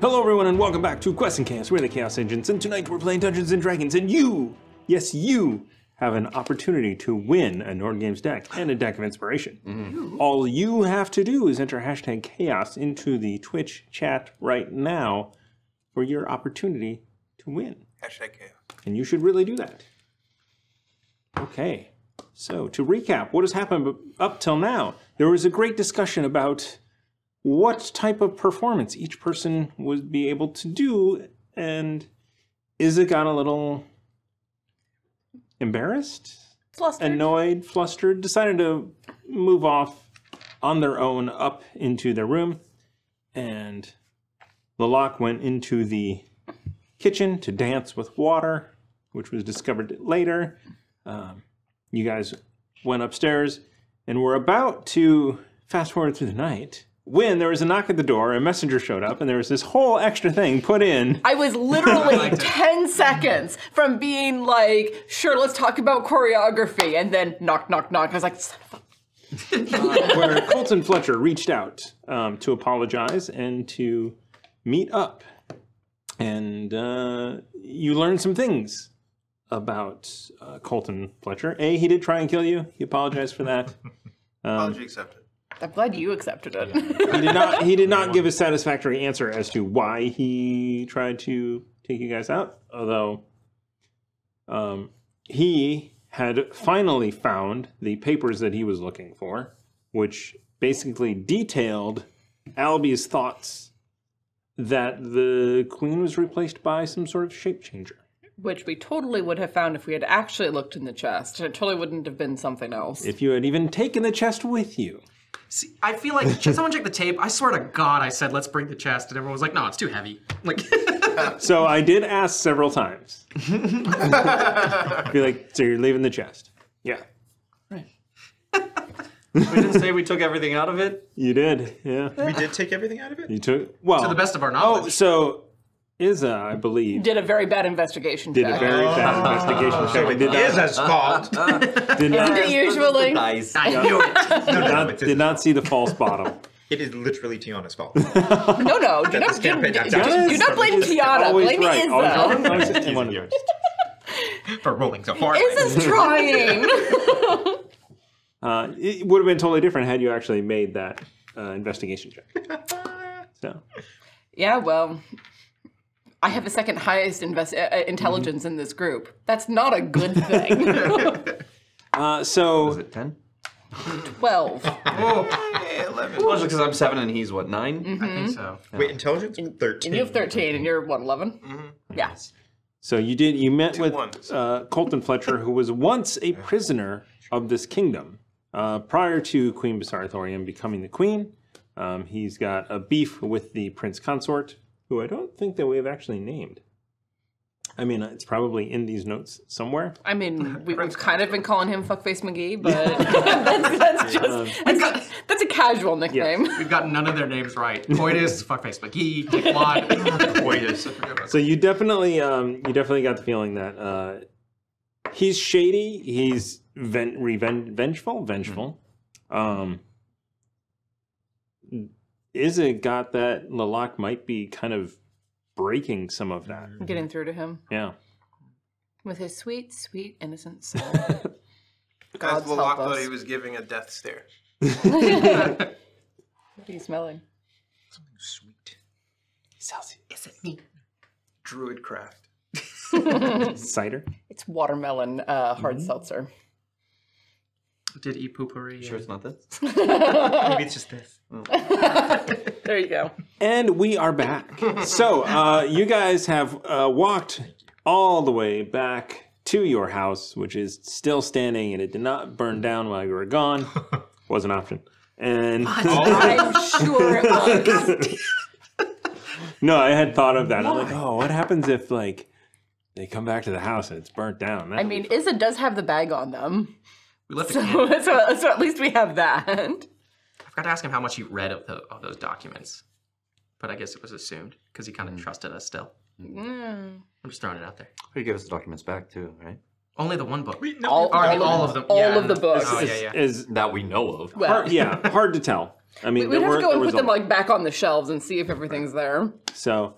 Hello, everyone, and welcome back to Quest and Chaos. We're the Chaos Agents, and tonight we're playing Dungeons and Dragons. And you, yes, you have an opportunity to win a Nord Games deck and a deck of inspiration. Mm-hmm. All you have to do is enter hashtag chaos into the Twitch chat right now for your opportunity to win. Hashtag chaos. And you should really do that. Okay. So, to recap, what has happened b- up till now? There was a great discussion about what type of performance each person would be able to do, and is it got a little embarrassed, Flustered. annoyed, flustered, decided to move off on their own up into their room, and Lalak went into the kitchen to dance with water, which was discovered later. Um, you guys went upstairs and were about to fast forward through the night when there was a knock at the door, a messenger showed up, and there was this whole extra thing put in. I was literally 10 seconds from being like, sure, let's talk about choreography, and then knock, knock, knock. I was like, "Son of where Colton Fletcher reached out um, to apologize and to meet up. And uh, you learned some things about uh, Colton Fletcher. A, he did try and kill you. He apologized for that. Apology accepted. a-" I'm glad you accepted it. He did not. He did not give a satisfactory answer as to why he tried to take you guys out. Although, um, he had finally found the papers that he was looking for, which basically detailed Alby's thoughts that the queen was replaced by some sort of shape changer. Which we totally would have found if we had actually looked in the chest. It totally wouldn't have been something else. If you had even taken the chest with you, See, I feel like should someone check the tape. I swear to God, I said let's break the chest, and everyone was like, "No, it's too heavy." Like, so I did ask several times. Be like, so you're leaving the chest? Yeah. we didn't say we took everything out of it. You did, yeah. We did take everything out of it? You took well To the best of our Oh, knowledge, so Izza, I believe, Did a very bad investigation did a check. very bad investigation check. and Did not, Izza's fault. did not, Usually. Guys, I knew it. no, did no, not- it's, did not see the false bottom. it is literally Tiana's fault. No, no. Do this not, do, campaign do- not do, done. do not blame Tiana. Always Blame right. Izza. Always, always, anyone- You're just- For rolling so hard. Izza's trying. uh, it would have been totally different had you actually made that uh, investigation check. So Yeah, well, I have the second highest invest- uh, uh, intelligence in this group. That's not a good thing. uh, so it ten? 12. Well, just because I'm seven and he's what 9 I think so. Wait, intelligence? 13. And you have 13 and you're, what, 11? Mm-hmm. Yeah. so you did you met with ones. uh, Colton Fletcher, who was once a prisoner of this kingdom. Uh, prior to Queen Basar Thorium becoming the queen, um, he's got a beef with the prince consort, who I don't think that we have actually named. I mean, it's probably in these notes somewhere. I mean, we, we've kind of been calling him Fuckface McGee, but that's, that's just Um, that's, that's a casual nickname. We've got none of their names right. Coitus, fuckface McGee, dickwad, coitus. I forget about- so you definitely um, you definitely got the feeling that uh, he's shady he's ven- reven- vengeful vengeful um, is it got that Lalak might be kind of breaking some of that Getting through to him yeah with his sweet, sweet, innocent soul. As God's Lalak help thought us. he was giving a death stare. What are you smelling? Celsius. Is it me? Druid craft. cider It's watermelon uh, hard Mm-hmm. seltzer. Did eat poopery. Sure, it's not this. Maybe it's just this. There you go. And we are back. so uh, you guys have uh, walked all the way back to your house, which is still standing, and it did not burn down while you were gone. Was an option. And Oh. I'm sure it was. no, I had thought of that. I'm like, oh, what happens if like they come back to the house and it's burnt down? That I would be mean, Izza does have the bag on them. We left So, a can. so, so at least we have that. I forgot to ask him how much he read of, the, of those documents, but I guess it was assumed because he kind of trusted us still. Mm. I'm just throwing it out there. He gave us the documents back too, right? Only the one book. All- Or, I mean, all of all of them. them. All yeah. of the books. Oh, yeah, is- yeah. is that we know of. Well- hard, yeah, hard to tell. I mean, We'd there have were to go there and was a put them like back on the shelves and see if everything's there. So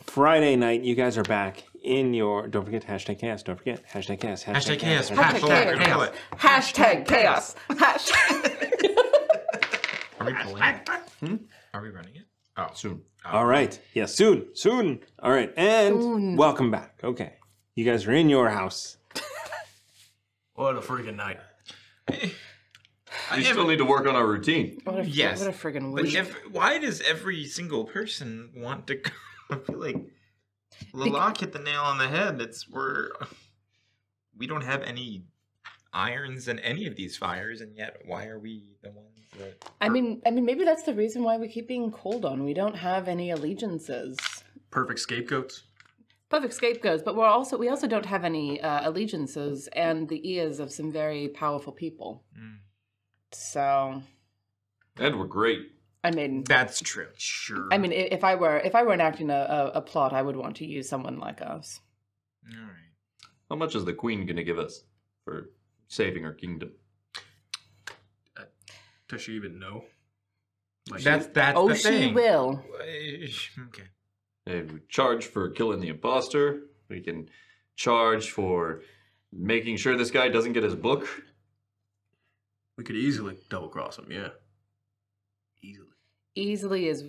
Friday night, you guys are back in your. Don't forget hashtag chaos. Don't forget hashtag chaos. Hashtag chaos, hashtag hashtag chaos. chaos. Kill it. Hashtag chaos. Hashtag. Are we pulling it? Are we running it? Oh. Soon. All right. Yeah, soon, soon. All right, and Soon. welcome back. Okay, you guys are in your house. What a freaking night. We still need to work on our routine. What a, yes. What a friggin' But week. if, why does every single person want to go? I feel like Lalak hit the nail on the head. It's we're we don't have any irons in any of these fires, and yet why are we the ones that? I mean, I mean, maybe that's the reason why we keep being called on. We don't have any allegiances. Perfect scapegoats. Perfect scapegoats, but we're also we also don't have any uh, allegiances and the ears of some very powerful people. Mm. So, And we're great. I mean, That's true. Sure. I mean, i- if I were if I were enacting a, a, a plot, I would want to use someone like us. How much is the queen gonna give us for saving her kingdom? Does she even know? Like, That's that's oh, the she thing. will. Eh, Okay. Hey, we charge for killing the imposter. We can charge for making sure this guy doesn't get his book. We could easily double cross him, yeah. Easily is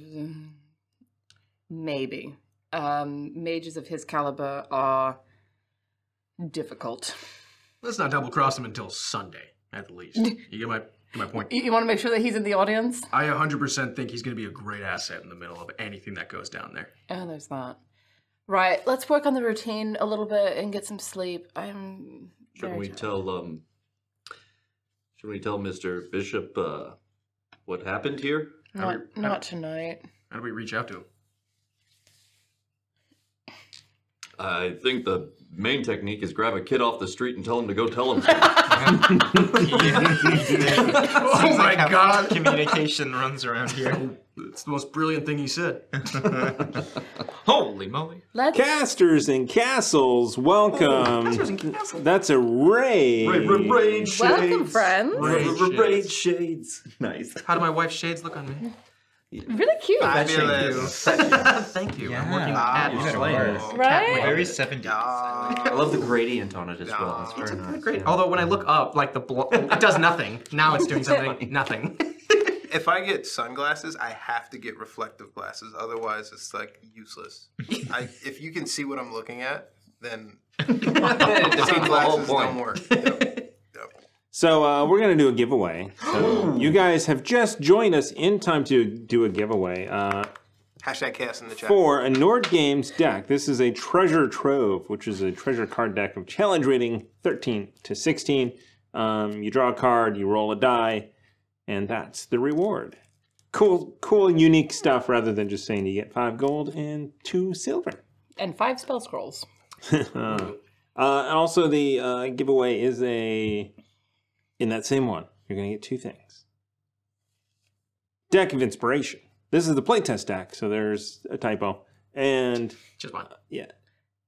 maybe. Um, mages of his caliber are difficult. Let's not double cross him until Sunday, at the least. You get my get my point. You, you want to make sure that he's in the audience. I 100% think he's going to be a great asset in the middle of anything that goes down there. Oh, there's that. Right, let's work on the routine a little bit and get some sleep. I'm. Should very we tired. tell um should we tell Mr. Bishop uh what happened here? Not, not tonight. How do we reach out to him? I think the main technique is grab a kid off the street and tell him to go tell him. Seems like how God. Communication runs around here. It's the most brilliant thing he said. Holy moly! Let's. Casters and castles, welcome. casters and castles. That's a raid. Raid, raid, raid, Welcome, friends. Raid shades. Nice. How do my wife's shades look on me? Really cute. Fabulous. Thank you. I'm working Yeah. with cat models. Right? Very seventy. I love the gradient on it as well. It's very nice. Great. Although when I look up, like the blo- it does nothing. Now it's doing something. Nothing. If I get sunglasses, I have to get reflective glasses. Otherwise, it's like useless. I, if you can see what I'm looking at, then sunglasses don't work. So uh, we're gonna do a giveaway. So you guys have just joined us in time to do a giveaway. Uh, Hashtag chaos in the chat. for a Nord Games deck. This is a treasure trove, which is a treasure card deck of challenge rating 13 to 16. Um, you draw a card, you roll a die, and that's the reward. Cool, cool, unique stuff rather than just saying you get five gold and two silver. And five spell scrolls. uh, and also, the uh, giveaway is a in that same one. You're going to get two things. Deck of Inspiration. This is the playtest deck, so there's a typo. And just one. yeah,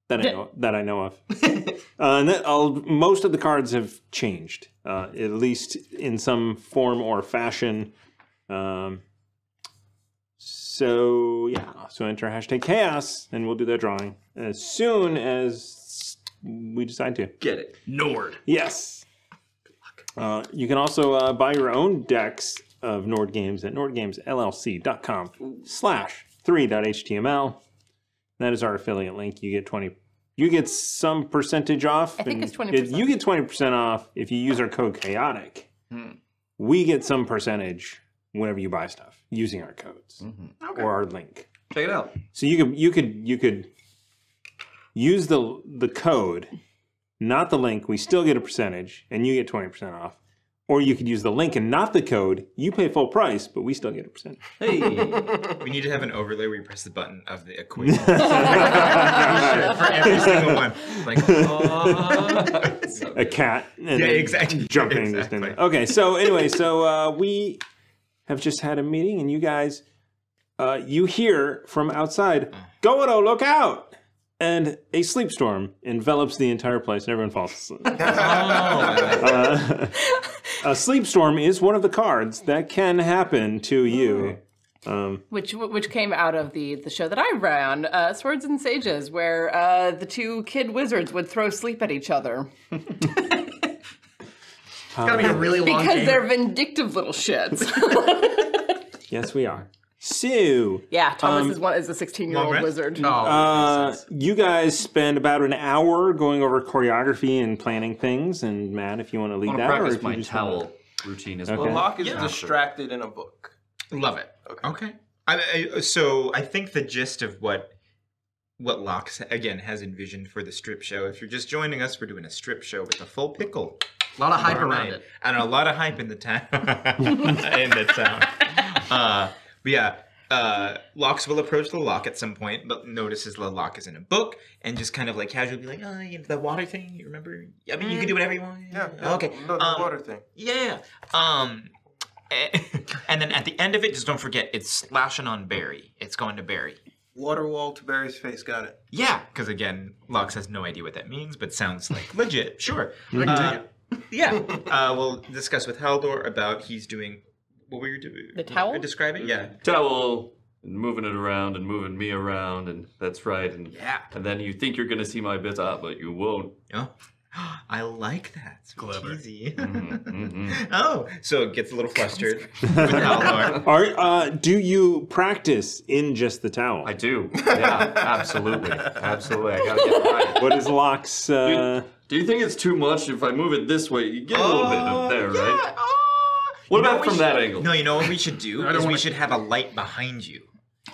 that I know that I know of. uh, and that, all, most of the cards have changed, uh, at least in some form or fashion. Um, so yeah, so enter hashtag chaos, and we'll do that drawing as soon as we decide to. Get it. Nord. Yes. Uh, you can also uh, buy your own decks of Nord Games at nordgamesllc.com slash 3.html. That is our affiliate link. You get 20... You get some percentage off. I and think it's 20%. You get 20% off if you use our code CHAOTIC. Hmm. We get some percentage whenever you buy stuff using our codes or our link. Mm-hmm. Check it out. So you could you could you could use the the code, not the link. We still get a percentage, and you get twenty percent off. Or you could use the link and not the code. You pay full price, but we still get a percentage. we need to have an overlay where you press the button of the equation for every single one. Like, oh. a cat. And Yeah, then exactly, Jumping just in there. Okay, so anyway, so uh, we have just had a meeting, and you guys, uh, you hear from outside, Godo, look out! And a sleep storm envelops the entire place, and everyone falls asleep. Oh, Uh, a sleep storm is one of the cards that can happen to you. Um, which which came out of the the show that I ran, uh, Swords and Sages, where uh, the two kid wizards would throw sleep at each other gotta be a really because they're vindictive little shits. yes, we are. Sue. yeah, Thomas Um, is one is a sixteen year old Long rest? wizard. Uh, you guys spend about an hour going over choreography and planning things. And Matt, if you want to lead Wanna that, or practice if my you just towel wanna- routine as as Okay. well. well. Locke is Yeah. distracted in a book. Love it. Okay. Okay. I, I, so I think the gist of what what Locke again has envisioned for the strip show. If you're just joining us, we're doing a strip show with a full pickle. A lot of hype Tomorrow around night. it. and a lot of hype in the town. in the town. Uh, but yeah, uh, Locks will approach the lock at some point, but notices the lock is in a book and just kind of like casually be like, oh, you know, the water thing. You remember? I mean, you can do whatever you want. Mm. Yeah. Okay. No, the um, water thing. Yeah. Um, eh, and then at the end of it, just don't forget it's slashing on Barry. It's going to Barry. Water wall to Barry's face. Got it. Yeah, because again, Lux has no idea what that means, but sounds like legit. Sure. I can take Uh, yeah. Uh, we'll discuss with Haldor about he's doing what were you doing? The towel? Describing? Yeah. towel and moving it around and moving me around and that's right and Yeah. and then you think you're gonna see my bits out but you won't yeah Oh, I like that. It's cheesy. Mm-hmm. oh, so it gets a little flustered with Haldor. Are, uh, do you practice in just the towel? I do. Yeah, absolutely, absolutely. I gotta get it right. What is Locke's? Uh... Do you think it's too much if I move it this way? You get a little bit up there, right? What Oh, You know about we from that should- angle? No, you know what we should do? I don't is we wanna- should have a light behind you.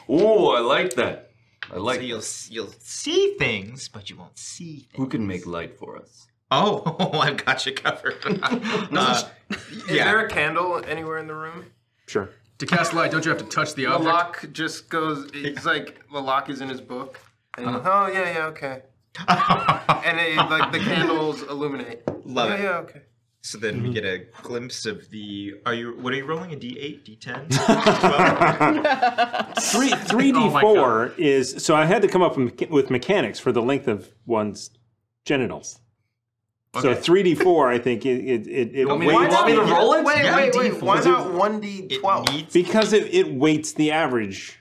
Oh, I like that. I like. so you'll s- you'll see things, but you won't see. Who can make light for us? Oh, I've got you covered. Uh, Is Yeah. there a candle anywhere in the room? Sure. To cast light, don't you have to touch the object? Locke just goes. He's like the lock is in his book. And he's Uh-huh. like, oh yeah, yeah, okay. and it, like the candles illuminate. Love yeah, it. Yeah, okay. So then we get a glimpse of the. Are you? What are you rolling? A D eight, D ten? Three, Three D four is so I had to come up with mecha- with mechanics for the length of one's genitals. So three D four, I think it it it, it weights the- Wait, wait, wait. Why Because not it- one d twelve? Because it, it weights the average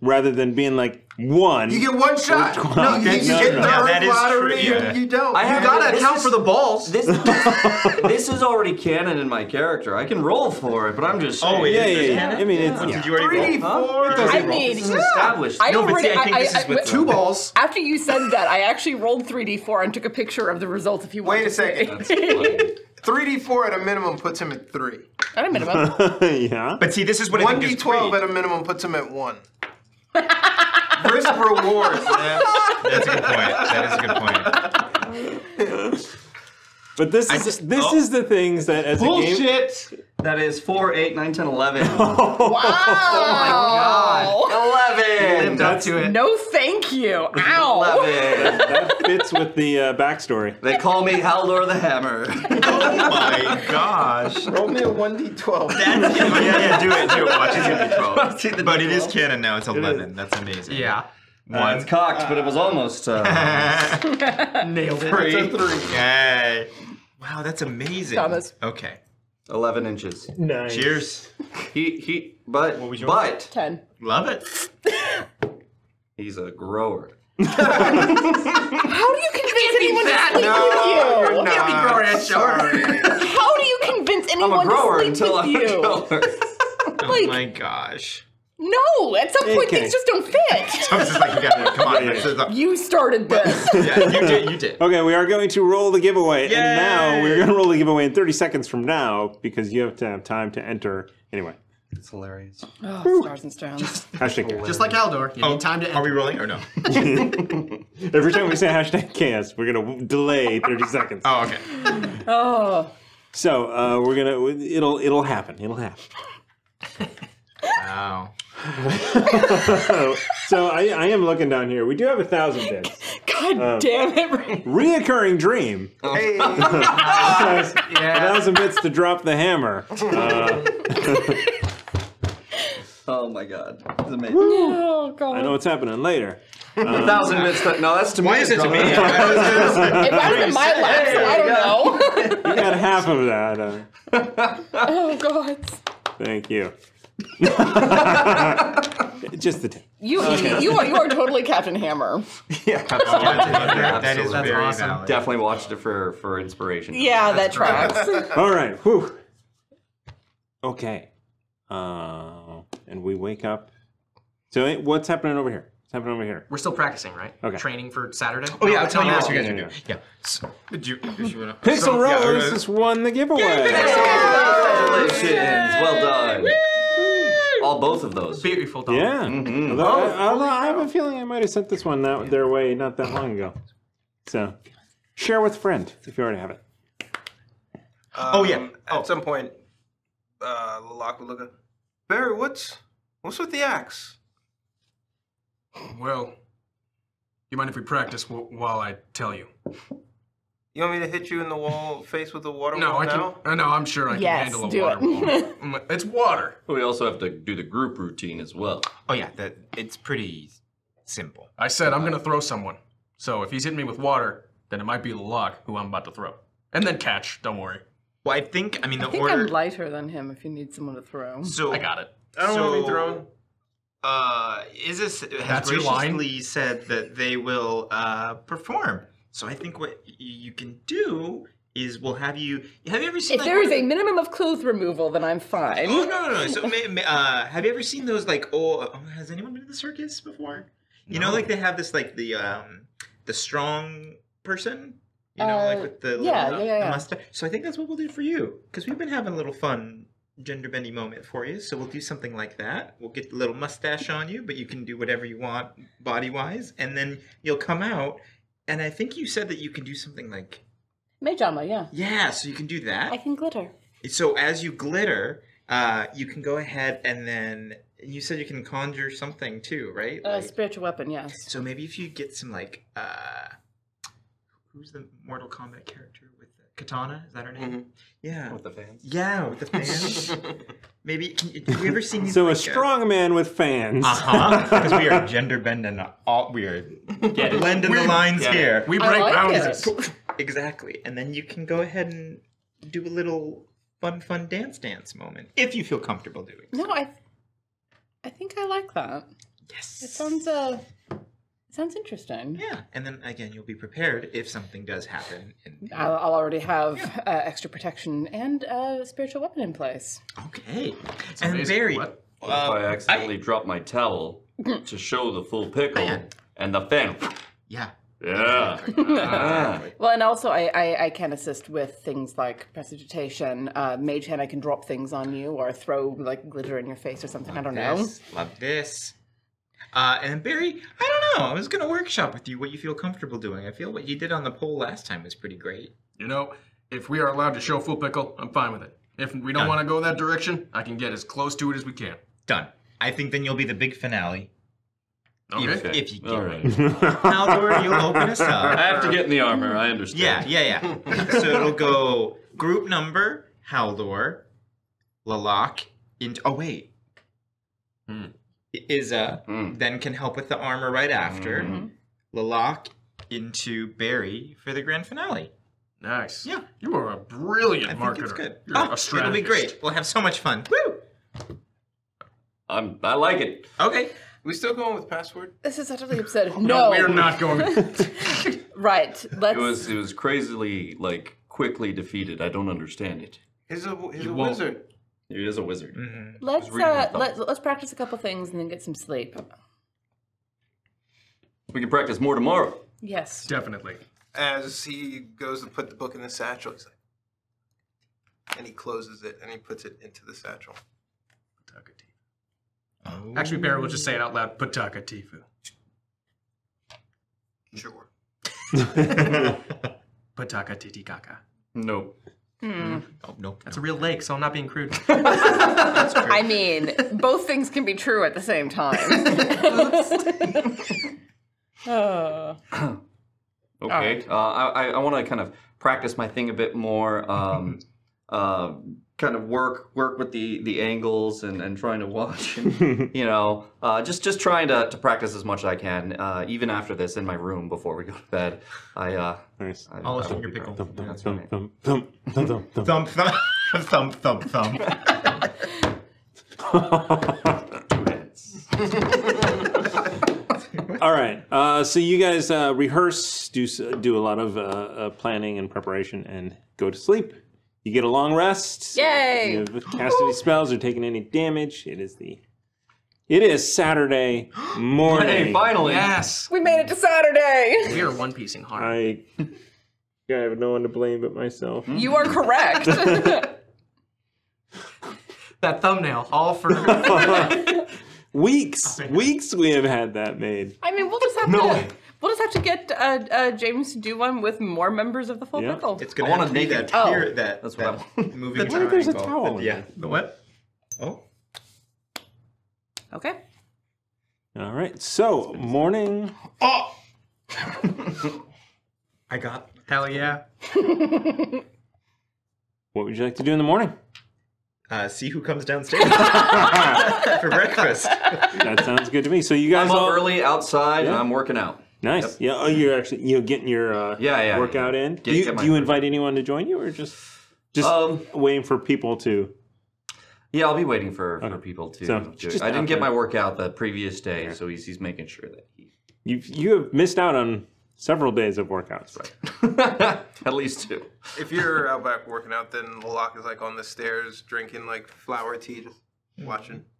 rather than being like one. You get one shot. Or No, you, twelve. you get the Earth lottery. You, you don't. I you have gotta this account is- for the balls. This, this is already canon in my character. I can roll for it, but I'm just saying. Oh, wait, Yeah, is yeah, this yeah. canon? I mean, it's- What, yeah. Did you already Three, roll? four. It doesn't I roll. mean, this is established. I already, I, I, I- balls. After you said that, I actually rolled three d four and took a picture of the results. If you want Wait a to see. second. Three d four at a minimum puts him at three. at a minimum. yeah. But see, this is what I one think d is twelve at a minimum puts him at one. Risk reward. That's a good point. That is a good point. But this is this is the things that as a game Bullshit! That is 4, 8, 9, 10, 11. Oh my god. 11! Lived up to it. No, thank you. Ow. that fits with the uh, backstory. They call me Haldor the Hammer. My gosh. Roll me a 1d12. yeah, yeah, do it, do it. Watch it's gonna be Watch twelve. but it is canon now. It's eleven. That's amazing. Yeah. Uh, it's cocked, but it was almost. Uh, Nailed it. Three. It's a three. Yay. Wow, that's amazing. Thomas. Okay. 11 inches. Nice. Cheers. He, he, but, but. 10. Love it. He's a grower. How do you convince anyone to that. sleep No, with you? you're Can't be not. growing at How do you convince anyone grower to sleep until with I'm a you? oh my gosh. No, at some point Okay. things just don't fit. Thomas is like, you got it. Come on. This is a- You started this. you did. You did. Okay, we are going to roll the giveaway, and now we're going to roll the giveaway in 30 seconds from now because you have to have time to enter. Anyway, it's hilarious. Oh, stars and stones. Hashtag chaos. Just like Aldor, you Oh, need time to. Are we rolling or no? Every time we say hashtag chaos, we're going to delay 30 seconds. Oh, okay. Oh. So uh, we're going to, it'll it'll happen. It'll happen. Wow. so I, I am looking down here. We do have a thousand bits. God Um, damn it. Reoccurring dream. Hey. Says, A thousand bits to drop the hammer. Uh, Oh my god. It's amazing. Oh, God. I know what's happening later. A thousand bits to- no, that's to Why me, is it to John. me? If I was in my lap, so I don't know. You got half of that. uh, oh, God. thank you. Just the tip. You, Okay. you, are, you are totally Captain Hammer. Oh, that is Absolutely. very valid. Definitely watched it for, for inspiration. Yeah, that tracks. All right. Whew. Okay. Uh, and we wake up. So eh, what's happening over here? What's happening over here? We're still practicing, right? Okay. Training for Saturday. Oh, yeah, No, I'll tell you no, guys no. what you guys are doing. Yeah. So, did you, did you wanna- Pixel so, yeah, Rose uh, has won the giveaway. Congratulations. Well done. All both of those. Beautiful dog. Yeah. Mm-hmm. Although, Oh, I, although I have a feeling I might have sent this one that, their way not that long ago. So share with a friend if you already have it. Oh, yeah. Um, At some point, uh, Locke would look at Barry. What's what's with the axe? Well, you mind if we practice w- while I tell you? You want me to hit you in the wall, face with the water No, wall I can. now? I know. I'm sure I can Yes, handle a do water it. wall. Mm, it's water. We also have to do the group routine as well. Oh yeah, that it's pretty simple. I said I'm gonna throw someone. So if he's hitting me with water, then it might be Locke, who I'm about to throw, and then catch. Don't worry. Well, I think. I mean, I think I'm lighter than him if you need someone to throw. So I got it. I don't wanna be thrown. Uh, Isis has That's your line? graciously said that they will uh, perform. So I think what y- you can do is we'll have you. Have you ever seen? If like, there one is of a minimum of clothes removal, then I'm fine. Oh no no no! So ma- ma- uh, have you ever seen those like oh has anyone been to the circus before? You know like they have this like the um the strong person. You know like Uh, with the yeah, little, uh, yeah, yeah. mustache. So I think that's what we'll do for you because we've been having a little fun gender bendy moment for you. So we'll do something like that. We'll get the little mustache on you, but you can do whatever you want body wise, and then you'll come out. And I think you said that you can do something like Mage armor, yeah. yeah, so you can do that. I can glitter. So as you glitter, uh, you can go ahead and then you said you can conjure something too, right? A Like- spiritual weapon, yes. so maybe if you get some like uh, who's the Mortal Kombat character with the katana? Is that her name? Yeah. With the fans. Yeah, with the fans. maybe can you, have you ever seen So like, a strong man with fans. Uh huh. Because we are gender bending all we are blending the We- lines yeah. here. We I break like boundaries. Exactly, and then you can go ahead and do a little fun, fun dance, dance moment if you feel comfortable doing. No, I I think I like that. Yes. It sounds uh it sounds interesting. Yeah. And then again, you'll be prepared if something does happen. And, I'll, I'll already have uh, extra protection and a spiritual weapon in place. okay. and Barry, uh, What if I accidentally drop my towel to show the full pickle and the fan? Yeah. Yeah. Ah. Well, and also I, I, I can assist with things like prestidigitation. Uh, Mage hand, I can drop things on you or throw like glitter in your face or something. I don't know. Love this. Uh, and Barry, I don't know. I was going to workshop with you what you feel comfortable doing. I feel what you did on the poll last time was pretty great. You know, if we are allowed to show full pickle, I'm fine with it. If we don't Done. want to go that direction, I can get as close to it as we can. Done. I think then you'll be the big finale. If, Okay. if you get All right. right. Haldor, you'll open us up. I have to get in the armor. I understand. Yeah, yeah, yeah. so it'll go group number, Haldor, Lalak, and oh wait, Iza Hmm. then can help with the armor right after Lalak into Barry for the grand finale. Nice. Yeah, you are a brilliant I think It's marketer. good. You're Oh, a it'll be strategist. great. We'll have so much fun. Woo! I'm, I like it. Okay. We still going with password? This is utterly absurd. No, No, we are not going. right. It Let's. was it was crazily like quickly defeated. I don't understand it. He's a, he's You a won't. Mm-hmm. wizard. He is a wizard. Let's Just reading my uh, thoughts. let, let's practice a couple things and then get some sleep. We can practice more tomorrow. Yes. Definitely. As he goes to put the book in the satchel, he's like, and he closes it and he puts it into the satchel. Actually, Barry will just say it out loud. Pataka Tifu. Sure. Pataka Titikaka. Nope. Hmm. Oh, nope. That's a real lake, so I'm not being crude. I mean, both things can be true at the same time. oh. Okay. Uh, I, I want to kind of practice my thing a bit more. Um, uh, kind of work work with the, the angles and, and trying to watch. And, you know, uh, just just trying to, to practice as much as I can. Uh, even after this, in my room before we go to bed. I uh, nice. I, All I is in will your be pickle. practicing. That's right. Thump, thump, thump, thump, thump. Thump, thump, thump, thump, thump. All right. Uh, so you guys uh, rehearse, do s- do a lot of uh, uh, planning and preparation, and go to sleep. You get a long rest. Yay! You have cast any spells or taken any damage. It is the it is Saturday morning. Hey, finally. Yes. We made it to Saturday. We are one piecing hard. I, I have no one to blame but myself. You are correct. That thumbnail, all for weeks, weeks we have had that made. I mean, we'll just have No. to. We'll just have to get uh, uh, James to do one with more members of the full Yeah. pickle. It's gonna have to be that Oh. here that that's what I'm moving. That's- What if there's a triangle. towel in Yeah. it? The what? Oh. Okay. All right. So morning. Oh. I got. Hell yeah. What would you like to do in the morning? Uh, see who comes downstairs for breakfast. That sounds good to me. So you guys I'm up all early outside. and Yeah. I'm working out. nice. Yeah. Oh, you're actually you're getting your uh, Yeah, yeah, workout in. do Get- you, get my- Um, do you invite anyone to join you or just just waiting for people to? Yeah, I'll be waiting for, for people to. So, do it. just I didn't out get there. my workout the previous day, so he's, he's making sure that he You you have missed out on several days of workouts. at least two. If you're out back working out, then Lalak is like on the stairs drinking like flower tea, just watching.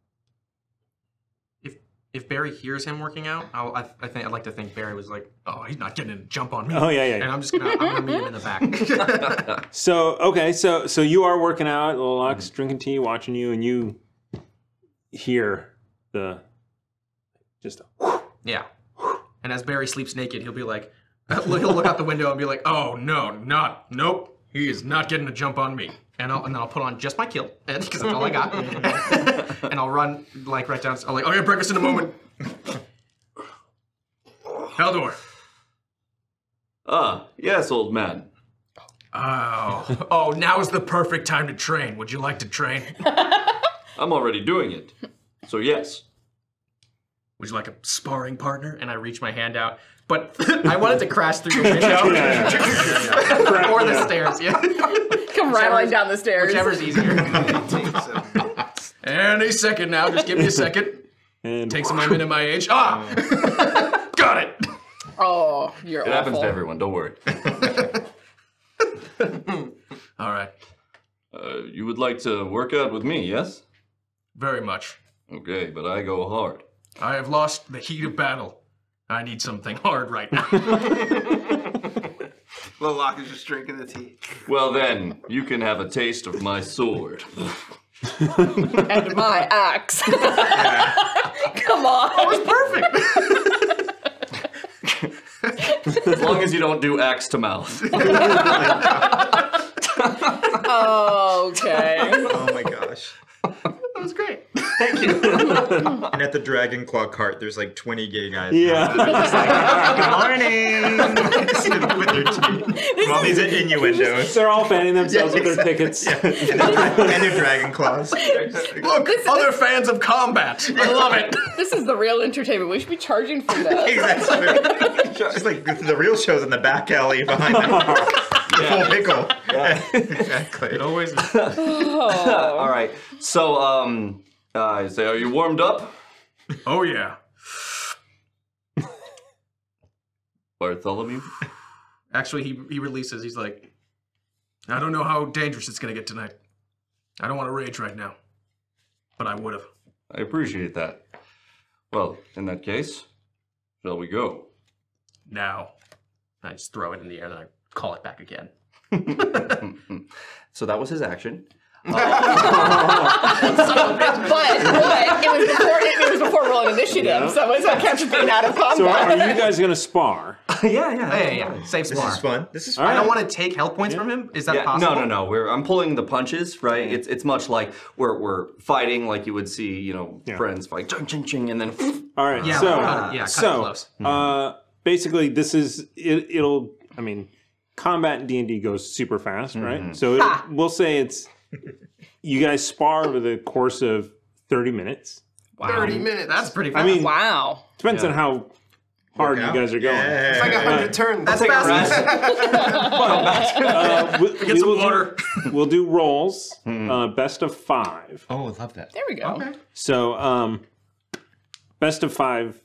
If Barry hears him working out, I'll, I, I think I'd like to think Barry was like, "Oh, he's not getting a jump on me." Oh, yeah, yeah, yeah. And I'm just gonna, I'm gonna meet him in the back. So okay, so so you are working out. Lalak's drinking tea, watching you, and you hear the just Yeah. And as Barry sleeps naked, he'll be like, he'll look out the window and be like, "Oh no, not nope. He is not getting a jump on me." And I'll and then I'll put on just my kilt because that's all I got. and I'll run like right down. I'll like, "Okay, breakfast in a moment." Haldor. Ah, yes, old man. Oh, oh, now is the perfect time to train. Would you like to train? I'm already doing it. So yes. Would you like a sparring partner? And I reach my hand out, but I wanted to crash through the window Yeah, or the stairs. Yeah. Come rattling down the stairs. Whichever's easier. Any second now, just give me a second. And Takes a moment at my age. Ah! Got it! Oh, you're It awful. happens to everyone, don't worry. All right. Uh, you would like to work out with me, yes? Very much. Okay, but I go hard. I have lost the heat of battle. I need something hard right now. Lalak is just drinking the tea. Well then, you can have a taste of my sword. And my axe. Come on. That was perfect. as long as you don't do axe to mouth. okay. Oh my gosh. That was great. Thank you. and at the Dragon Claw cart, there's like 20 gay guys. Yeah. Just like, Good morning. with their teeth. With all these innuendos. They're all fanning themselves with their tickets. and their dragon claws. Look, other fans of combat. I love it. This is the real entertainment. We should be charging for this. It's like the, the real show's in the back alley behind them. The full pickle. exactly. It always All right. So, um, uh, say, are you warmed up? Oh yeah. Bartholomew. Actually, he he releases. He's like, I don't know how dangerous it's gonna get tonight. I don't want to rage right now, but I would have. I appreciate that. Well, in that case, shall we go? Now, I just throw it in the air, then I call it back again. so that was his action. Uh, but, but it was before it was before rolling initiative, Yeah. so it's not counted being out of combat. So are you guys going to spar? yeah, yeah, yeah, yeah. Save This Spar. is fun. This is All I don't right. want to take health points from him. Is that Yeah, possible? No, no, no. We're I'm pulling the punches, right? It's it's much like we're we're fighting like you would see, you know, friends fight, ching, ching, ching, and then. All right. so, so uh, basically, this is it, it'll. I mean, combat D and D goes super fast, right? So Ha! it, we'll say it's you guys spar over the course of thirty minutes. Thirty minutes. That's pretty. I mean, wow. Depends on how hard you guys are going. It's like a hundred turns. That's Take a rest. Uh, we, Get some will water. Do, we'll do rolls. Uh, best of five. Oh, I love that. There we go. So, um, best of five.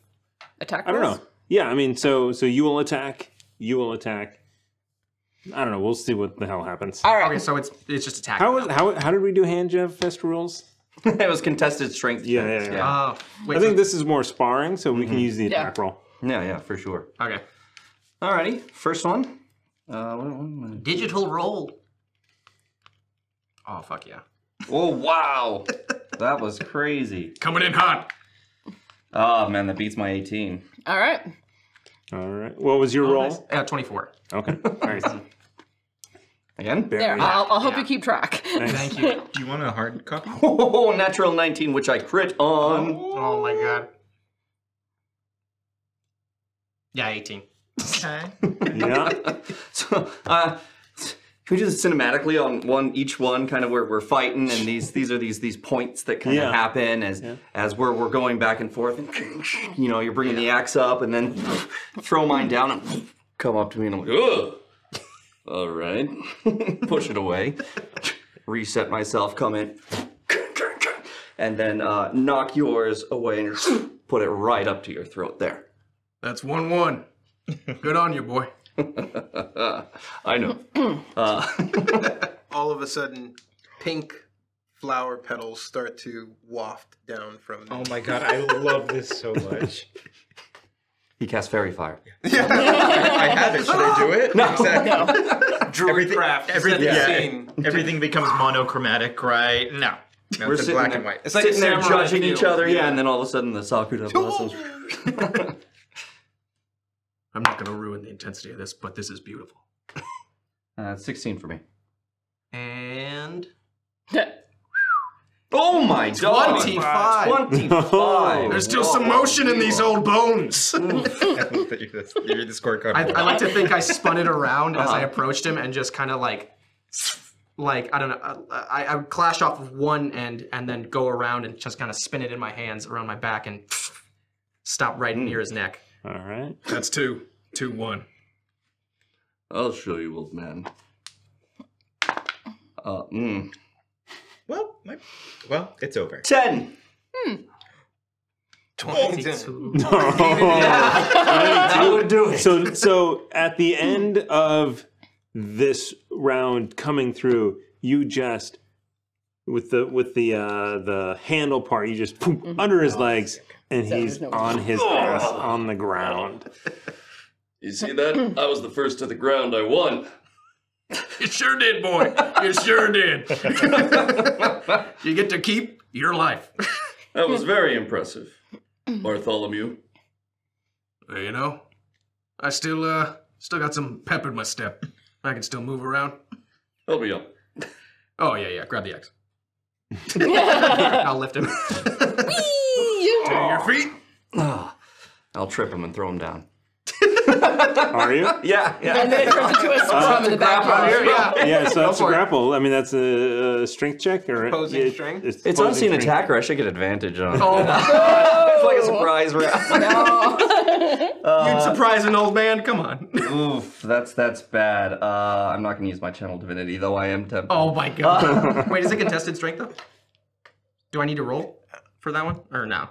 Attack. I don't know. Yeah, I mean, so so you will attack. You will attack. I don't know. We'll see what the hell happens. All right. Okay, so it's it's just attack. How was how how did we do hand jab fest rules? it was contested strength. Yeah, yeah, yeah. Oh, wait, I think so- this is more sparring, so we can use the Yeah. attack roll. Yeah, yeah, for sure. Okay. Alrighty, first one. Uh, what- what- Digital roll. Oh fuck yeah. Oh wow, that was crazy. Coming in hot. Oh man, that beats my 18. All right. All right. What was your roll? Uh, 24. Okay. All right. Again? There. I'll, I'll help you keep track. Thank you. Do you want a hard copy? Oh, natural 19, which I crit on. Oh my god. Yeah, 18. Okay. yeah. So, uh, can we do this cinematically on one each one, kind of where we're fighting, and these these are these these points that kind Yeah. of happen as as we're we're going back and forth, and you know you're bringing the axe up, and then throw mine down, and come up to me, and I'm like, ugh. All right, push it away, reset myself, come in, and then uh, knock yours away, and put it right up to your throat there. That's 1 1. Good on you, boy. I know. Uh, All of a sudden, pink flower petals start to waft down from. Oh my god, I love this so much. he cast fairy fire. I have it. Should I do it? No. Druid everything, craft. Everything, set the yeah, scene. everything becomes monochromatic, right? No. No, it's a black there, and white. It's like sitting there judging each other, yeah. and then all of a sudden the Sakuta blossoms. I'm not going to ruin the intensity of this, but this is beautiful. Uh, 16 for me. And. Oh my god! 25. 25! There's still some motion in these old bones. You're the scorecard. I, I like to think I spun it around as I Uh-huh. approached him and just kind of like, like I don't know, uh, I, I would clash off of one end and then go around and just kind of spin it in my hands around my back and stop right near his neck. All right. Hmm. That's two, two, one. I'll show you, old man. Uh, mm. Well, my, well, it's over. 10! Oh. That would do it. So, so at the end of this round coming through, you just with the with the uh, the handle part, you just poof, under his legs, and he's on his ass on the ground. You see that? I was the first to the ground. I won. You sure did, boy. You sure did. you get to keep your life. That was very impressive. Bartholomew. Uh, You know, I still uh still got some pep in my step. I can still move around. Help me up. Oh yeah, yeah. Grab the axe. I'll lift him. to your feet. I'll trip him and throw him down. Are you? Yeah, yeah. And then it turns into a sword Uh, from the back grapple pocket. here, yeah. yeah, so Go that's a for it. grapple. I mean, that's a, a strength check or Opposing yeah, strength? It's, It's opposing unseen strength. attacker. I should get advantage on. Oh, it's like a surprise round. You'd surprise an old man. Come on. Oof, that's that's bad. Uh, I'm not going to use my channel divinity though. I am tempted. Oh my god. Wait, is it contested strength though? Do I need to roll for that one or no?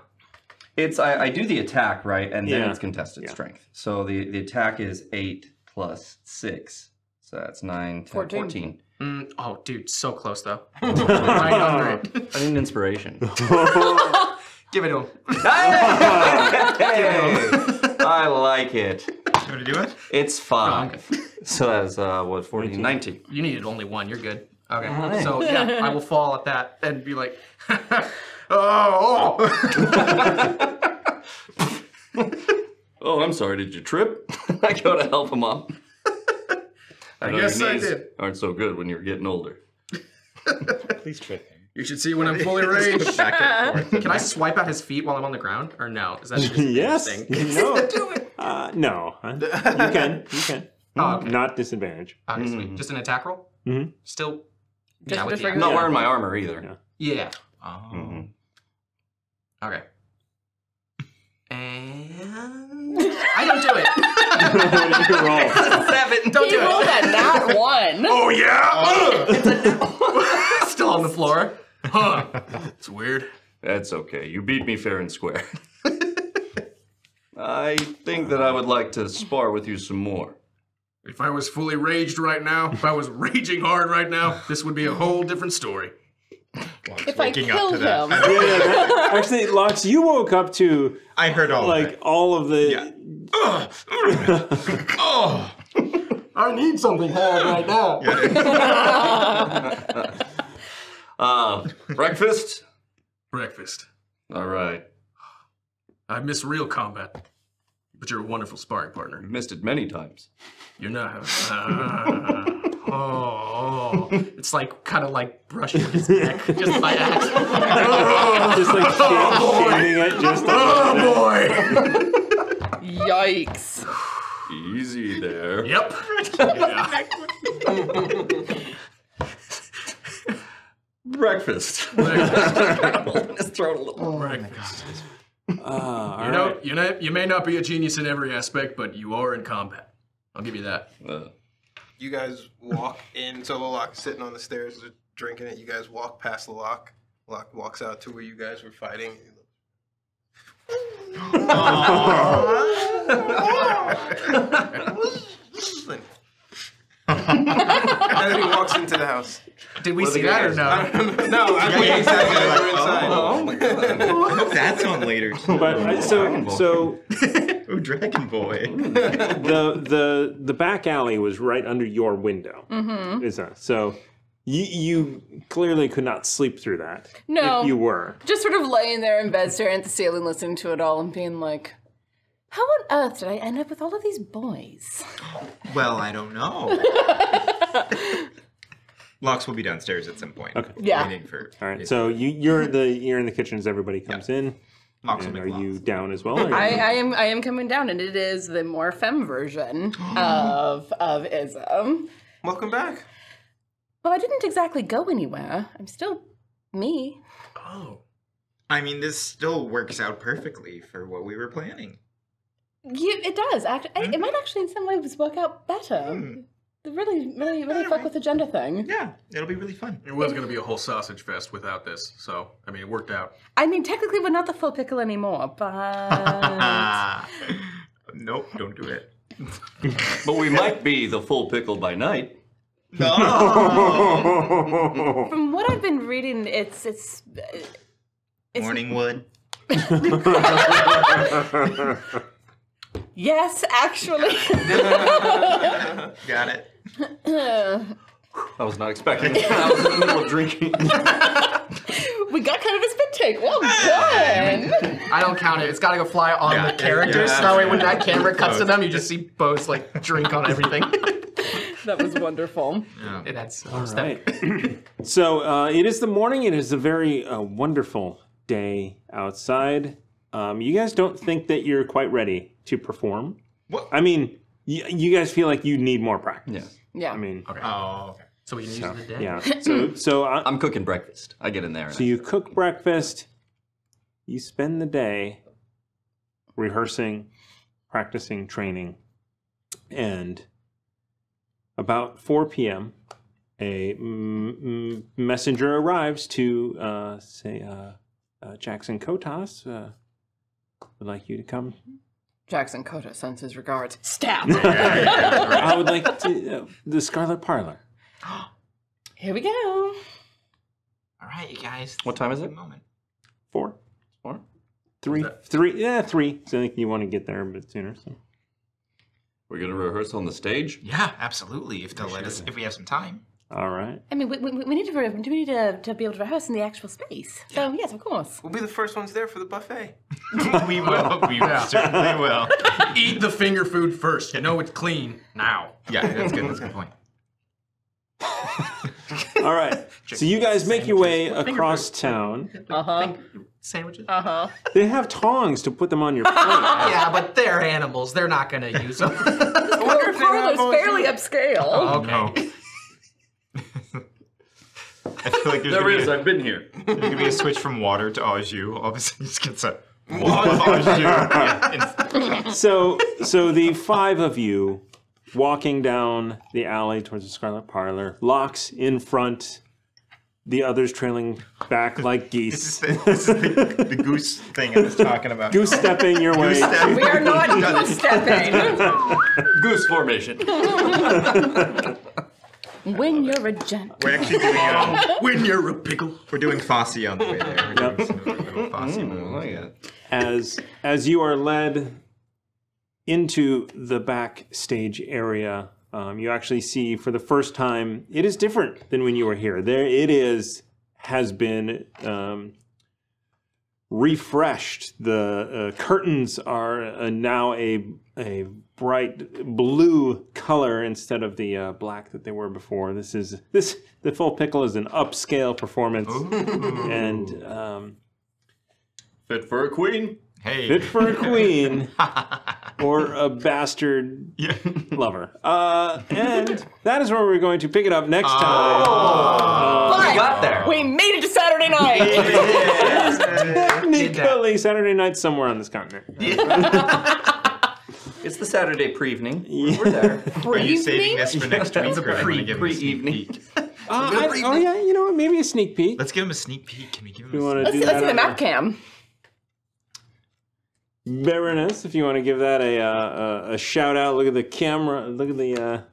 It's I, I do the attack right, and then Yeah. it's contested strength. So the the attack is eight plus six, so that's nine, 10, 14. Fourteen. Mm, oh, dude, so close though. right under I need an inspiration. Give it to him. I like it. You want to do it? It's five. so that's uh, what 14, 19. You needed only one. You're good. Okay. Alright. So yeah, I will fall at that and be like, oh, oh. Oh, I'm sorry. Did you trip? I go to help him up. I, know guess your I knees did. Aren't so good when you're getting older. Please trip him. You should see when I'm fully raged. Can I swipe at his feet while I'm on the ground, or no? Is that just yes. Mm-hmm. thing? No. Uh, no. huh? You can. You can. Oh, okay. Not disadvantage. Okay, sweet. Just an attack roll. Mhm. Still. Just- with just the regular- axe. Not wearing my armor either. Yeah. Mhm. Okay. And I don't do it. what did you roll? Seven. Don't He do rolled it. a nat one. Oh yeah. Still on the floor. Huh. It's weird. That's okay. You beat me fair and square. I think that I would like to spar with you some more. If I was fully raged right now, if I was raging hard right now, this would be a whole different story. If I killed him. Yeah, yeah, that- actually, Lox, you woke up to. I heard all like all of the. Oh, I need something hard right now. Uh, breakfast? Breakfast. All right. I miss real combat, but you're a wonderful sparring partner. You've missed it many times. You're not. Ah. oh, oh. it's like kind of like brushing his neck just by accident. just like Oh, sha- boy. shaving it. Just oh boy. Yikes. Easy there. Yep. Breakfast. His throat a little. Breakfast. all you know, you know, you may not be a genius in every aspect, but you are in combat. I'll give you that. You guys walk in. So Lalak's sitting on the stairs drinking it. You guys walk past Lalak. Lalak walks out to where you guys were fighting. and then he walks into the house. Did we Well, see the that or guys- no? No, I wait exactly. Like, we're inside. That's on later. too. oh. But uh, so Dragon Ball. so Ooh, Dragon Boy. the the the back alley was right under your window. Mm-hmm. Is that so? You you clearly could not sleep through that. No. if you were. Just sort of laying there in bed, staring at the ceiling, listening to it all, and being like, how on earth did I end up with all of these boys? Well, I don't know. Locks will be downstairs at some point. Okay. Yeah. Waiting for. All right, so you you're the you're in the kitchen as everybody comes in. and are you down as well? Are you- I, I am I am coming down, and it is the more femme version of of ism. Welcome back. Well, I didn't exactly go anywhere. I'm still me. I mean, this still works out perfectly for what we were planning. You, it does. Act, I, it might actually, in some ways, work out better. They Really, really, really fuck with the gender thing. Yeah. It'll be really fun. It was going to be a whole sausage fest without this, so I mean, it worked out. I mean, technically, we're not the full pickle anymore, but nope, don't do it. but we might be the full pickle by night. Oh. No. from what I've been reading, it's it's. uh, it's Morningwood. Yes, actually. Got it. well, I was not expecting that. I was in the middle of drinking. We got kind of a spit take. Well done. I don't count it. It's got to go fly on Yeah, the characters. yeah. that way, when that camera cuts to Both. them, you just see Bose like drink on everything. that was wonderful. And that's All step- right. so uh, it is the morning. It is a very uh, wonderful day outside. Um, you guys don't think that you're quite ready to perform. What? I mean, y- you guys feel like you need more practice. Yeah. I mean, okay. Oh, okay. So we can So, use the day. yeah. So, so uh, I, I'm cooking breakfast. I get in there. and So you cook breakfast. You spend the day rehearsing, practicing, training, and about 4 p.m., a m- m- messenger arrives to uh, say, uh, uh, Jackson Kotas uh, would like you to come. Jackson Cota sends his regards. Stab. I would like to, uh, the Scarlet Parlor. Here we go. All right, you guys. What time is it? Moment. Four. Four? Three. Three. Yeah, three. So I think you want to get there a bit sooner. So. We're gonna rehearse on the stage. Yeah, absolutely. If they'll let us, if we have some time. All right. I mean, we, we, we need to re- we need to, to be able to rehearse in the actual space. So yes, of course. We'll be the first ones there for the buffet. we will. We certainly will. Eat the finger food first. You know it's clean now. Yeah, that's good. That's a good point. All right. So you guys make your way across town. Uh huh. Sandwiches. Uh huh. They have tongs to put them on your yeah, but they're animals. They're not gonna use them. Carlos fairly upscale. Oh, okay. I feel like there's There gonna is, Be a, I've been here. there's gonna be a switch from water to au jus. All of a sudden, just gets a au jus. Yeah, it's- so so the five of you walking down the alley towards the Scarlet Parlor, locks in front, the others trailing back like geese. this is the, the goose thing I was talking about. Goose stepping your way. Goose step. We are not goose stepping. Goose formation. when you're a gent. We're actually doing um, when you're a pickle. We're doing Fosse on the way there. We're doing some little Mm, Fosse moves. as as you are led into the backstage area, um, you actually see for the first time it is different than when you were here. There, it is has been um, refreshed. The uh, curtains are uh, now a a bright blue color instead of the uh, black that they were before. This is this the full pickle is an upscale performance, and um, Fit for a queen. Hey. fit for a queen or a bastard lover. Uh, and that is where we're going to pick it up Oh, next time. Uh, But We made it to Saturday night. Technically, Saturday night somewhere on this continent. It's the Saturday pre-evening. We're there. Are you saving this for next week? Or pre, give pre evening. Uh, I- oh yeah, you know what? Maybe a sneak peek. Let's give him a sneak peek. Can we give him? We want to let's do see, let's that. see the on map cam. the- Baroness, if you want to give that a, uh, a a shout out. Look at the camera. Look at the.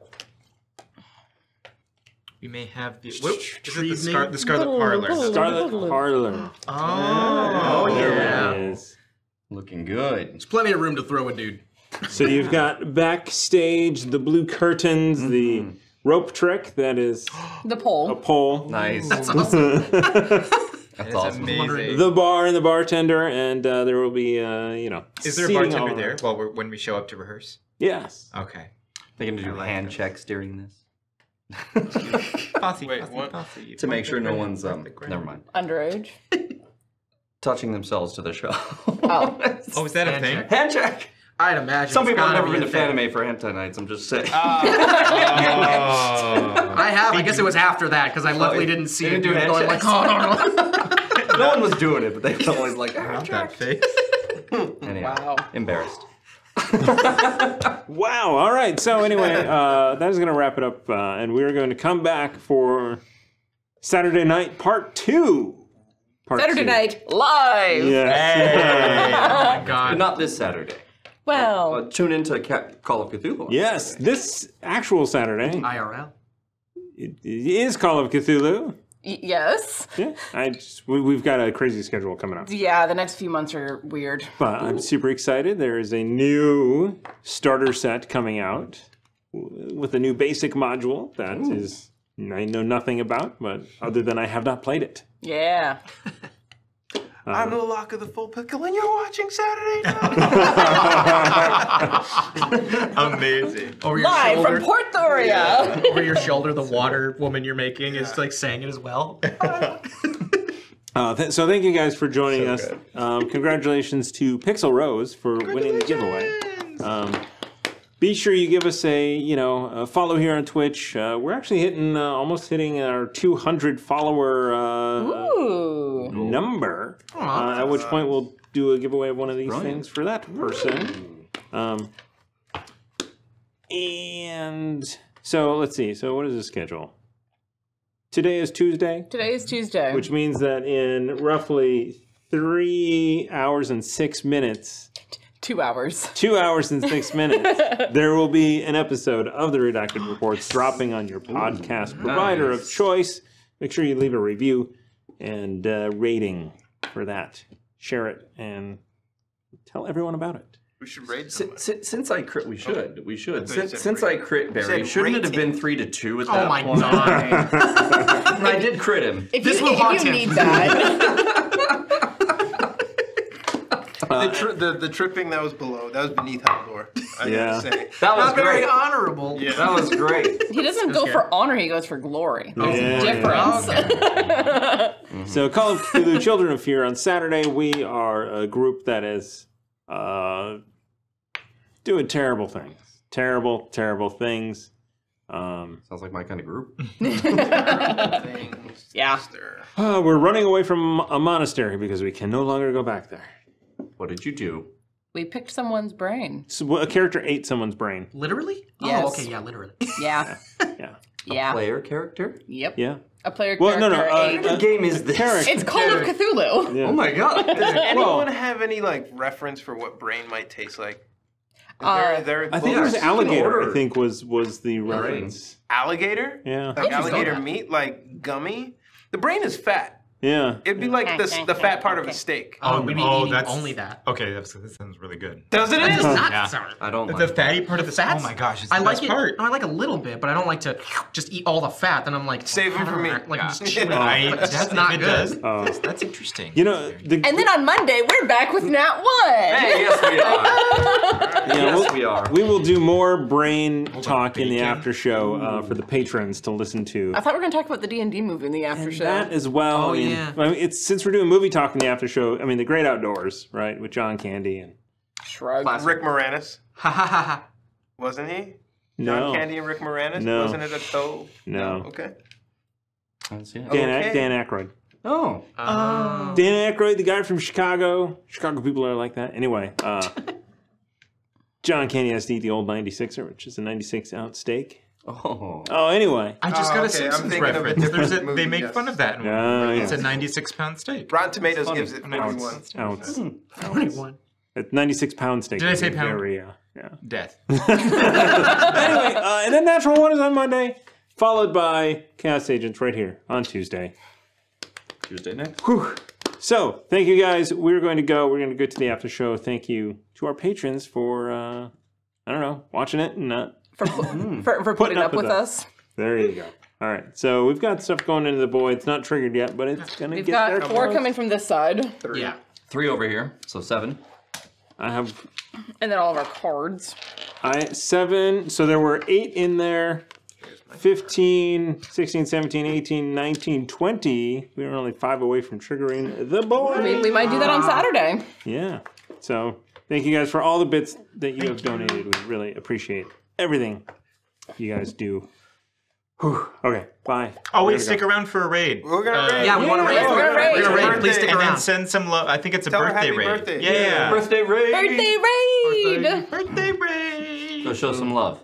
Uh, We may have the. Whoop, is it the, scar- the Scarlet Little- Parlor? little- Scarlet little- Parlor. Oh, there it is. Looking good. There's plenty of room to throw a dude. So you've got backstage, the blue curtains, the Mm-hmm. rope trick that is The a poll. pole. Nice. That's awesome. That's awesome. the bar and the bartender, and uh, there will be, uh, you know, Is there a seating bartender all there around. while we're, when we show up to rehearse? Yes. Okay. They're gonna do hand checks during this Posse, Wait, posse, what? posse. to make sure no one's um. Never mind. Underage. Touching themselves to the show. Oh. Oh, is that a thing? Hand check. I'd imagine. Some it's people have gotta never be been a to thing. anime for hentai nights. I'm just saying. I have. I guess it was after that because I luckily Oh. didn't see They a didn't do dude going like, handshakes. oh no no. no one was doing it, but they were always like, ah, That face. wow, embarrassed. Wow. All right. So, anyway, uh, that is going to wrap it up, uh, and we're going to come back for Saturday night part two. Part Saturday two. night live. Yes. Uh, God. But not this Saturday. Well, Uh, tune into Ca- Call of Cthulhu. yes. This actual Saturday IRL. it, it is Call of Cthulhu. y- yes. Yeah. I just, we, we've got a crazy schedule coming up. Yeah, the next few months are weird. But I'm super excited. There is a new starter set coming out w- with a new basic module that is I know nothing about, but other than I have not played it. Yeah. I'm the lock of the full pickle, and you're watching Saturday Night. Amazing. Over your Live shoulder. from Port Doria. Yeah. Over your shoulder, the water woman you're making is like saying it as well. Uh, th- so thank you guys for joining us. Um, congratulations to Pixel Rose for winning the giveaway. Um, be sure you give us a you know a follow here on Twitch. Uh, we're actually hitting uh, almost hitting our 200 follower uh, Ooh. number. Aw. Uh, at which point we'll do a giveaway of one of these things for that person. Um, and so let's see. So what is the schedule? Today is Tuesday. Today is Tuesday. Which means that in roughly three hours and six minutes, two hours, two hours and six minutes, there will be an episode of the Redacted Reports dropping on your podcast provider of choice. Make sure you leave a review and uh, rating for that. Share it and tell everyone about it. We should raid si- si- since I crit, we should. We should. thought you Since, said since I crit Barry, Said shouldn't it have been three to two at Oh that my point? God. And I did crit him. If This you, will if haunt you him. need that, the, tri- the the tripping that was below that was beneath Haldor. I Yeah. gotta say That was Not very great. honorable. Yeah. That was great. he doesn't go for honor; he goes for glory. Yeah. There's a difference. So, Call of Cthulhu Children of Fear on Saturday. We are a group that is uh, doing terrible things. Terrible, terrible things. Um, Sounds like my kind of group. yeah. Uh, we're running away from a monastery because we can no longer go back there. What did you do? We picked someone's brain. So, a character ate someone's brain. Literally? Yes. Oh, okay, yeah, literally. Yeah. Yeah. Yeah. Player character? Yep. Yeah. A player Well, no, character. no, uh, ate- What kind of game is this? character. It's Call of Cthulhu. Yeah. Oh my God. Does anyone Well- have any like reference for what brain might taste like? Is Uh, there, I think it was alligator. I think was was the reference. Alligator? Yeah. Like alligator meat, like gummy. The brain is fat. Yeah. It'd be like the the fat part of a steak. Oh, oh, that's only that. Okay, that's, that sounds really good. Does it? It does not Yeah. sound- I don't. The Like fatty part of the Fats? Oh my gosh, it's I the like best it. part. No, I like a little bit, but I don't like to just eat all the fat. Then I'm like, save it for me. Like I'm just Yeah. chewing. it. Right. Like, that's If not it good. does, Oh. that's, that's interesting. You know, the, And then on Monday, we're back with Nat One. Hey, yes, we are. Yeah, Yes, we'll- we are. We will do more brain talk in the after show uh, for the patrons to listen to. I thought we were going to talk about the D&D movie in the after show. That as well. Oh, I mean, yeah. I mean, it's since we're doing movie talk in the after show. I mean, the Great Outdoors, right, with John Candy and Shrug. Rick Moranis. Ha ha ha ha. Wasn't he? no, John Candy and Rick Moranis? Oh. No. Wasn't it a toe? no, Oh, Okay. Dan Okay. Dan Aykroyd. Oh. Dan Aykroyd, the guy from Chicago. Chicago people are like that. Anyway, uh, John Candy has to eat the old 96er, which is a 96 ounce steak. Oh. Oh, anyway. I just Oh, got a okay, I'm Simpsons thinking of a reference. different There's a- movie, they make yes. fun of that. in one. Yeah, It's yeah. a 96 pound steak. Rotten Tomatoes gives it Ounce. 41. Ounce. Mm. Ounce. At 96 pound steak. Did I would say be pound? Very, uh, yeah. Death. anyway, uh, and then Natural One is on Monday, followed by Chaos Agents right here on Tuesday. Tuesday night. Whew. So, thank you guys. We're going to go. We're going to go to the after show. Thank you to our patrons for, uh, I don't know, watching it and not For, for, for putting up with us. There you go. All right. So, we've got stuff going into the void. It's not triggered yet, but it's going to We've get got there. four folks. coming from this side. Yeah. Three over here, so seven. I have And then all of our cards. I seven. So there were eight in there. 15, 16, 17, 18, 19, 20. We were only five away from triggering the board. We, we might do that on Saturday. Yeah. So thank you guys for all the bits that you have donated. We really appreciate everything you guys do. Whew. Okay. Bye. There Oh, wait, we go. stick around for a raid. We're gonna raid. Yeah, we want to raid. Uh, We're We're gonna raid. gonna raid. Please stick and around. then send some love. I think it's a Tell her birthday happy raid. birthday. Yeah. Yeah. Birthday raid. Birthday raid! Birthday raid. Go show some love.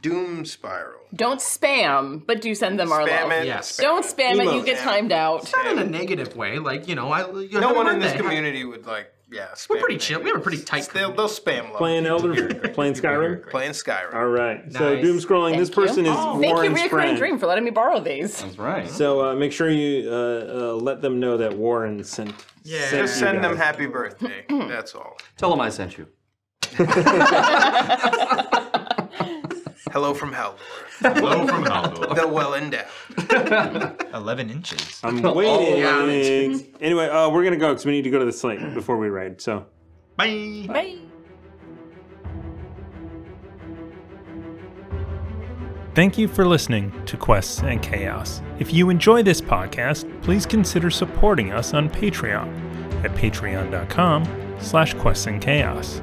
Doom Spiral. Don't spam, but do send them our Spam love. it, Yes. spam Don't spam it. You Emote. get timed out. Not in a negative way. Like you know, I. You No have a one in this birthday. community would like, yeah. We're pretty chill. We have a pretty tight. They'll, they'll spam love. Playing Elder, playing Skyrim. Playing Skyrim. All right. So Nice. doom scrolling. this Thank you. person is Oh. Thank you, Warren's Reoccurring friend. Dream, for letting me borrow these. That's right. So uh, make sure you uh, uh, let them know that Warren sent. Yeah. sent Just you send them guys. happy birthday. That's all. Tell them I sent you. Hello from Haldor. Hello from Haldor. The well endowed. 11 inches. I'm Oh, waiting. yeah. anyway, uh, we're gonna go because we need to go to the slate before we raid. So Bye. Bye. Thank you for listening to Quests and Chaos. If you enjoy this podcast, please consider supporting us on Patreon at patreon.com slash quests and chaos.